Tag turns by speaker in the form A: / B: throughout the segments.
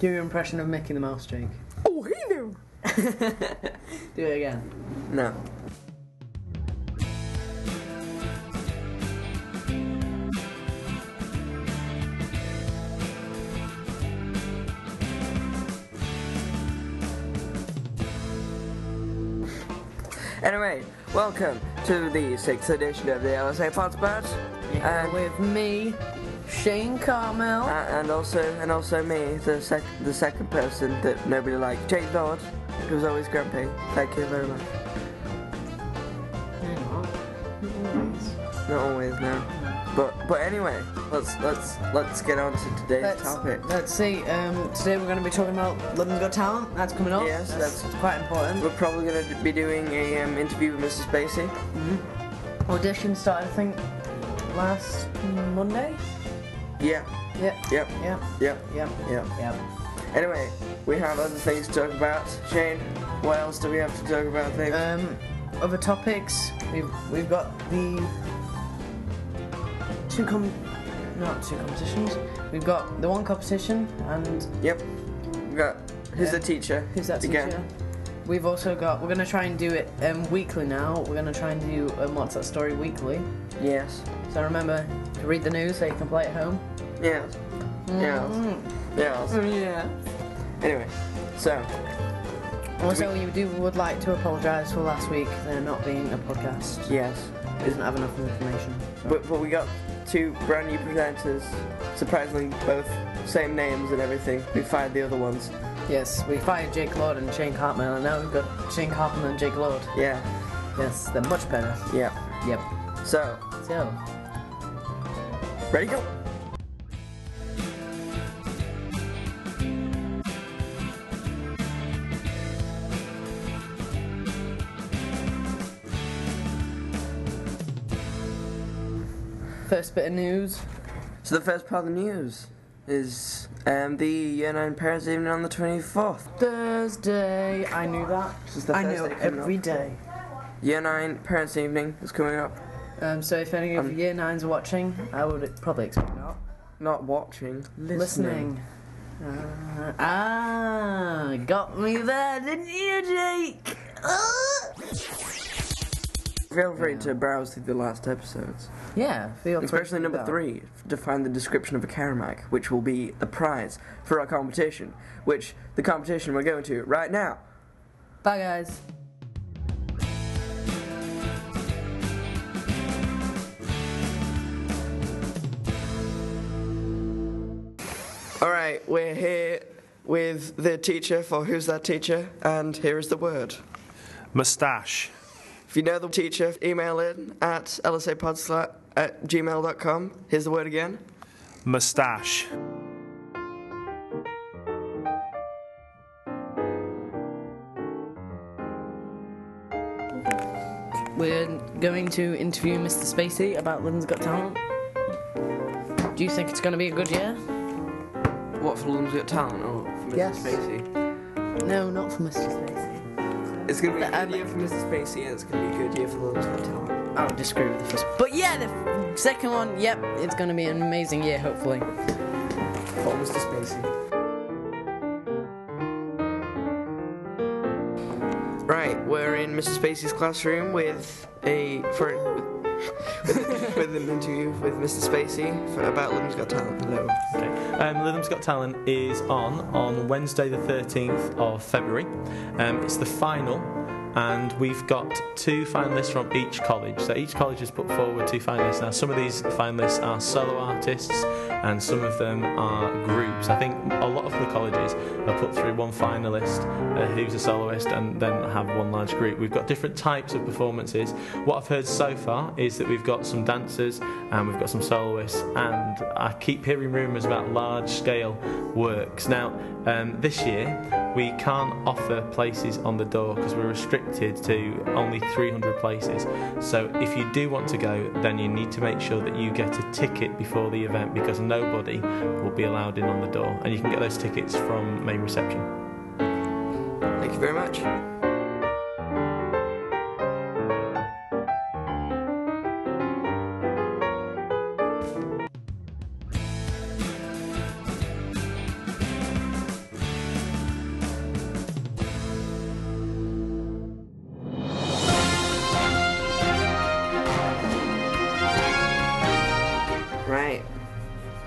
A: Do your impression of Mickey the Mouse, Jake.
B: Oh, hey there!
A: Do it again.
B: No. Anyway, welcome to the sixth edition of the LSA Podcast,
A: Yeah,
B: and,
A: Uh, with me, Shane
B: uh,
A: Carmel.
B: and also and also me, the sec- the second person that nobody liked, Jake Dodd, who was always grumpy. Thank you very much. Not always now, but but anyway, let's let's let's get on to today's
A: Let's,
B: topic.
A: let's see. Um, today we're going to be talking about London's Got Talent. That's coming up.
B: Yes, that's-
A: quite important.
B: We're probably going to be doing a um, interview with Mr. Spacey.
A: Audition started, I think, last Monday.
B: Yeah,
A: Yep.
B: yep,
A: Yep.
B: yep,
A: Yep.
B: yep.
A: Yep.
B: Anyway, we have other things to talk about. Shane, what else do we have to talk about? Things?
A: Um, other topics. We've we've got the two com, not two competitions. We've got the one competition and
B: Yep. We got who's
A: Yeah.
B: the teacher?
A: Who's that teacher?
B: Again.
A: We've also got. We're gonna try and do it um, weekly now. We're gonna try and do um, what's that story weekly.
B: Yes.
A: So remember to read the news so you can play at home.
B: Yes. Yes. Yes.
A: Yeah.
B: Anyway, so
A: Also, we do would like to apologise for last week there not being a podcast.
B: yes,
A: It doesn't have enough information. so-
B: but but we got two brand new presenters. Surprisingly, both same names and everything. We fired the other ones.
A: yes, we fired Jake Lord and Shane Cartman, and now we've got Shane Cartman and Jake Lord.
B: Yeah.
A: Yes, they're much better.
B: Yeah.
A: Yep.
B: So
A: So,
B: ready go.
A: first bit of news.
B: So the first part of the news is um, the Year Nine Parents Evening on the 24th.
A: Thursday. I knew that.
B: is the
A: I know
B: Thursday coming
A: every
B: up.
A: day.
B: Year Nine Parents Evening is coming up.
A: Um, so if any of Year Nines are watching, I would probably expect not.
B: Not watching,
A: Listening. Uh, ah, got me there, didn't you, Jake? Ah!
B: Feel free to browse through the last episodes.
A: Yeah, feel free
B: Especially
A: to
B: number
A: do that.
B: three, to find the description of a Karamak, which will be the prize for our competition, which the competition we're going to right now.
A: Bye, guys.
B: All right, we're here with the teacher for Who's That Teacher, and here is the word.
C: Mustache.
B: If you know the teacher, email in at lsapodslat at gmail.com. Here's the word again.
C: Mustache.
A: We're going to interview Mr. Spacey about London's Got Talent. Do you think it's going to be a good year?
B: What for London's Got Talent or for Mr.
A: Yes.
B: Spacey?
A: No, not for Mr. Spacey.
B: It's going to be a
A: Um,
B: good year for Mr. Spacey, and it's going to be a good year for London's Got Talent.
A: I would disagree with the first. But yeah, the f- second one, yep, it's going to be an amazing year, hopefully.
B: For Mr. Spacey. Right, we're in Mr. Spacey's classroom with a for with, with an interview with Mr. Spacey for, about London's Got Talent. Hello.
D: Okay. Um, Rhythm's Got Talent is on on Wednesday, the 13th of February. Um, it's the final, and we've got two finalists from each college. So each college has put forward two finalists. Now, some of these finalists are solo artists, and some of them are groups. I think a lot of the colleges have put through one finalist uh, who's a soloist, and then have one large group. We've got different types of performances. What I've heard so far is that we've got some dancers and we've got some soloists, and I keep hearing rumours about large scale works. Now, um, this year we can't offer places on the door because we're restricted to only 300 places. So, if you do want to go, then you need to make sure that you get a ticket before the event because nobody will be allowed in on the door, and you can get those tickets from main reception.
B: Thank you very much.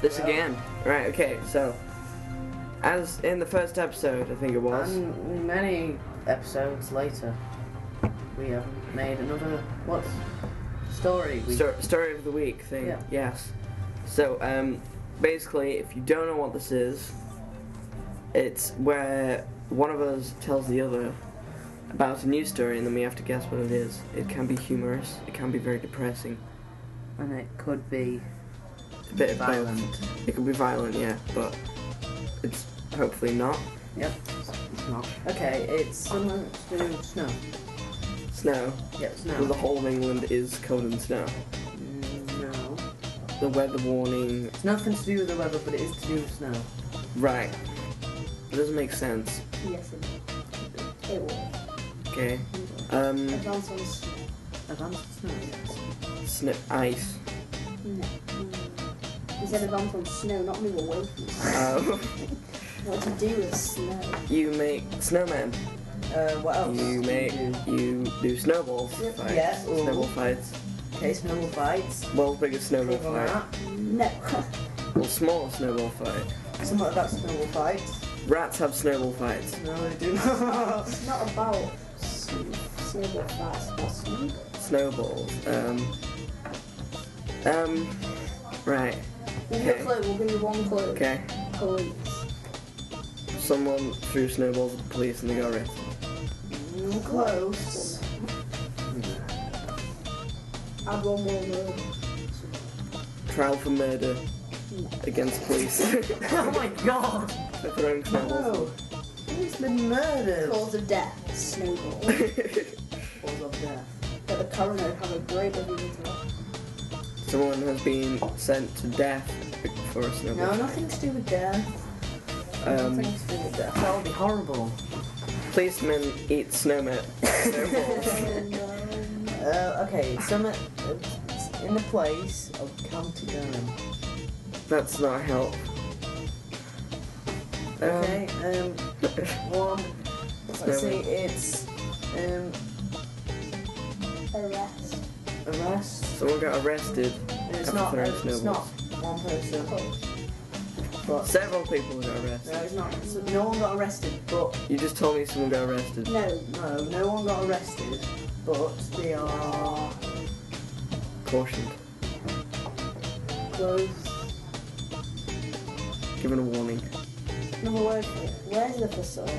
B: This again. Right, okay, so. As in the first episode, I think it
A: Um,
B: was.
A: And many episodes later, we have made another what story? We,
B: Stor- story of the week thing,
A: Yeah.
B: yes. So, um, basically, if you don't know what this is, it's where one of us tells the other about a news story and then we have to guess what it is. It can be humorous, it can be very depressing,
A: And it could be
B: a bit of both.
A: violent.
B: It can be violent, yeah, but it's hopefully not.
A: Yep.
B: It's not.
A: Okay, it's something to do with snow.
B: Snow.
A: Yeah, it's
B: The
A: snow.
B: whole of England is covered in snow.
A: Mm, No.
B: The weather warning.
A: It's nothing to do with the weather, but it is to do with snow.
B: Right. It doesn't make sense.
E: Yes, it, it will.
B: Okay. Um,
E: Advance on s-
A: Advanced snow. yes.
B: snip ice.
E: no. He said advance on snow, not move away from snow.
B: Oh,
E: What to do with snow?
B: you make snowmen.
A: Uh, what else?
B: You
A: do
B: make
A: do?
B: you do snowball
E: Yep.
B: fights.
A: Yeah, ooh.
B: Snowball fights.
A: Okay, snowball fights.
B: World's biggest snowball
A: Something like
B: fight.
E: No.
B: Well, small snowball fight.
A: that. Something about snowball fights.
B: Rats have snowball fights.
A: No, they do not.
E: it's not about snow. Snowball fights, about snow.
B: Snowballs. Um. Um. Right.
E: We'll give
B: Okay.
E: a clue, we'll give you one clue.
B: Okay.
E: Police.
B: Someone threw snowballs at the police and they got arrested.
A: Close.
E: Add one more word.
B: Trial for murder against police. They're
A: oh my god!
B: throwing snowballs.
A: No! He's been murdered!
E: Cause of death, snowball.
A: Cause of death.
E: but the coroner would have a great review to that.
B: Someone has been sent to death for a
E: No,
B: snowball.
E: nothing to do with death.
B: um,
E: nothing to do with death.
A: That would be horrible.
B: policemen eat snowmen. snowballs.
A: Uh, okay, some in the place of County Durham.
B: That's not help. Um,
A: Okay, um, one. Let's see,
B: Snowman.
A: it's um,
E: Arrest.
A: arrest.
B: Someone got arrested.
A: It's
B: After
A: not.
B: throwing
A: It's not one person. But
B: Several people got arrested.
A: no, it's not. So no one got arrested, but
B: You just told me someone got arrested.
E: No.
A: no, no one got arrested, but they are
B: Cautioned.
A: close.
B: Given a warning.
E: Number word for it. Where's the facade?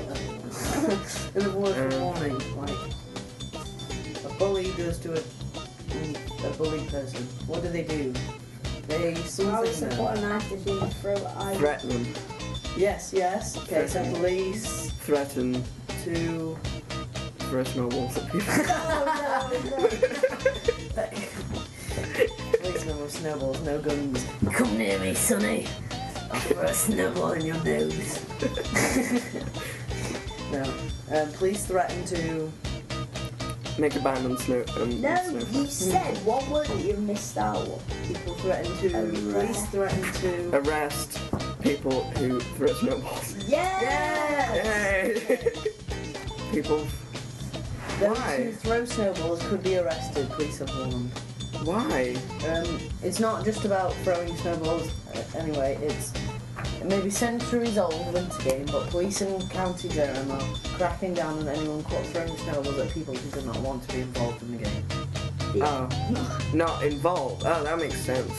A: There's a word for
B: Um.
A: warning, like a bully goes to a a bully person. What do they do? They
E: I would
A: something.
E: support a knife if you throw it. I
B: Threaten them.
A: Yes, yes. Okay, so
B: Threaten.
A: police
B: Threaten.
A: to
B: Throw snowballs at people.
A: Please no more snowballs, no guns. Come near me, Sonny. I'll throw a snowball in your nose. no. Um, police threaten to.
B: Make a ban on snow. Um,
E: No,
B: snowflakes.
E: you said one word that you missed out.
A: People threaten to.
E: Arrest.
A: Police threaten to.
B: arrest people who throw snowballs.
E: Yeah!
B: Yay! people.
A: Those
B: Why?
A: who throw snowballs could be arrested. Police have warned.
B: Why?
A: Um, it's not just about throwing snowballs. uh, Anyway, it's maybe centuries old winter game, but police in County Durham are cracking down on anyone caught throwing snowballs at people who do not want to be involved in the game.
B: Oh, not involved. Oh, that makes sense.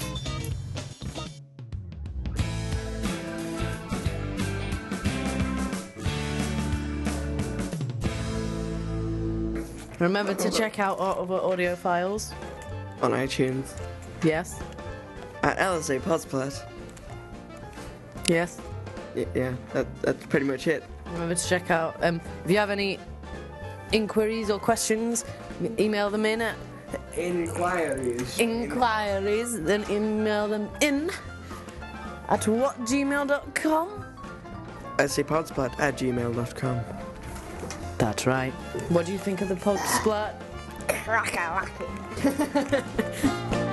A: Remember to check out our other audio files.
B: On iTunes
A: Yes.
B: at LSA Pods Plus.
A: Yes.
B: Y- yeah, that, that's pretty much it.
A: Remember to check out. Um, if you have any inquiries or questions, email them in at
B: Inquiries.
A: inquiries, then email them in at whatgmail.com.
B: LSAPodsplat at gmail.com.
A: That's right. What do you think of the Pog Splat?
E: Crack a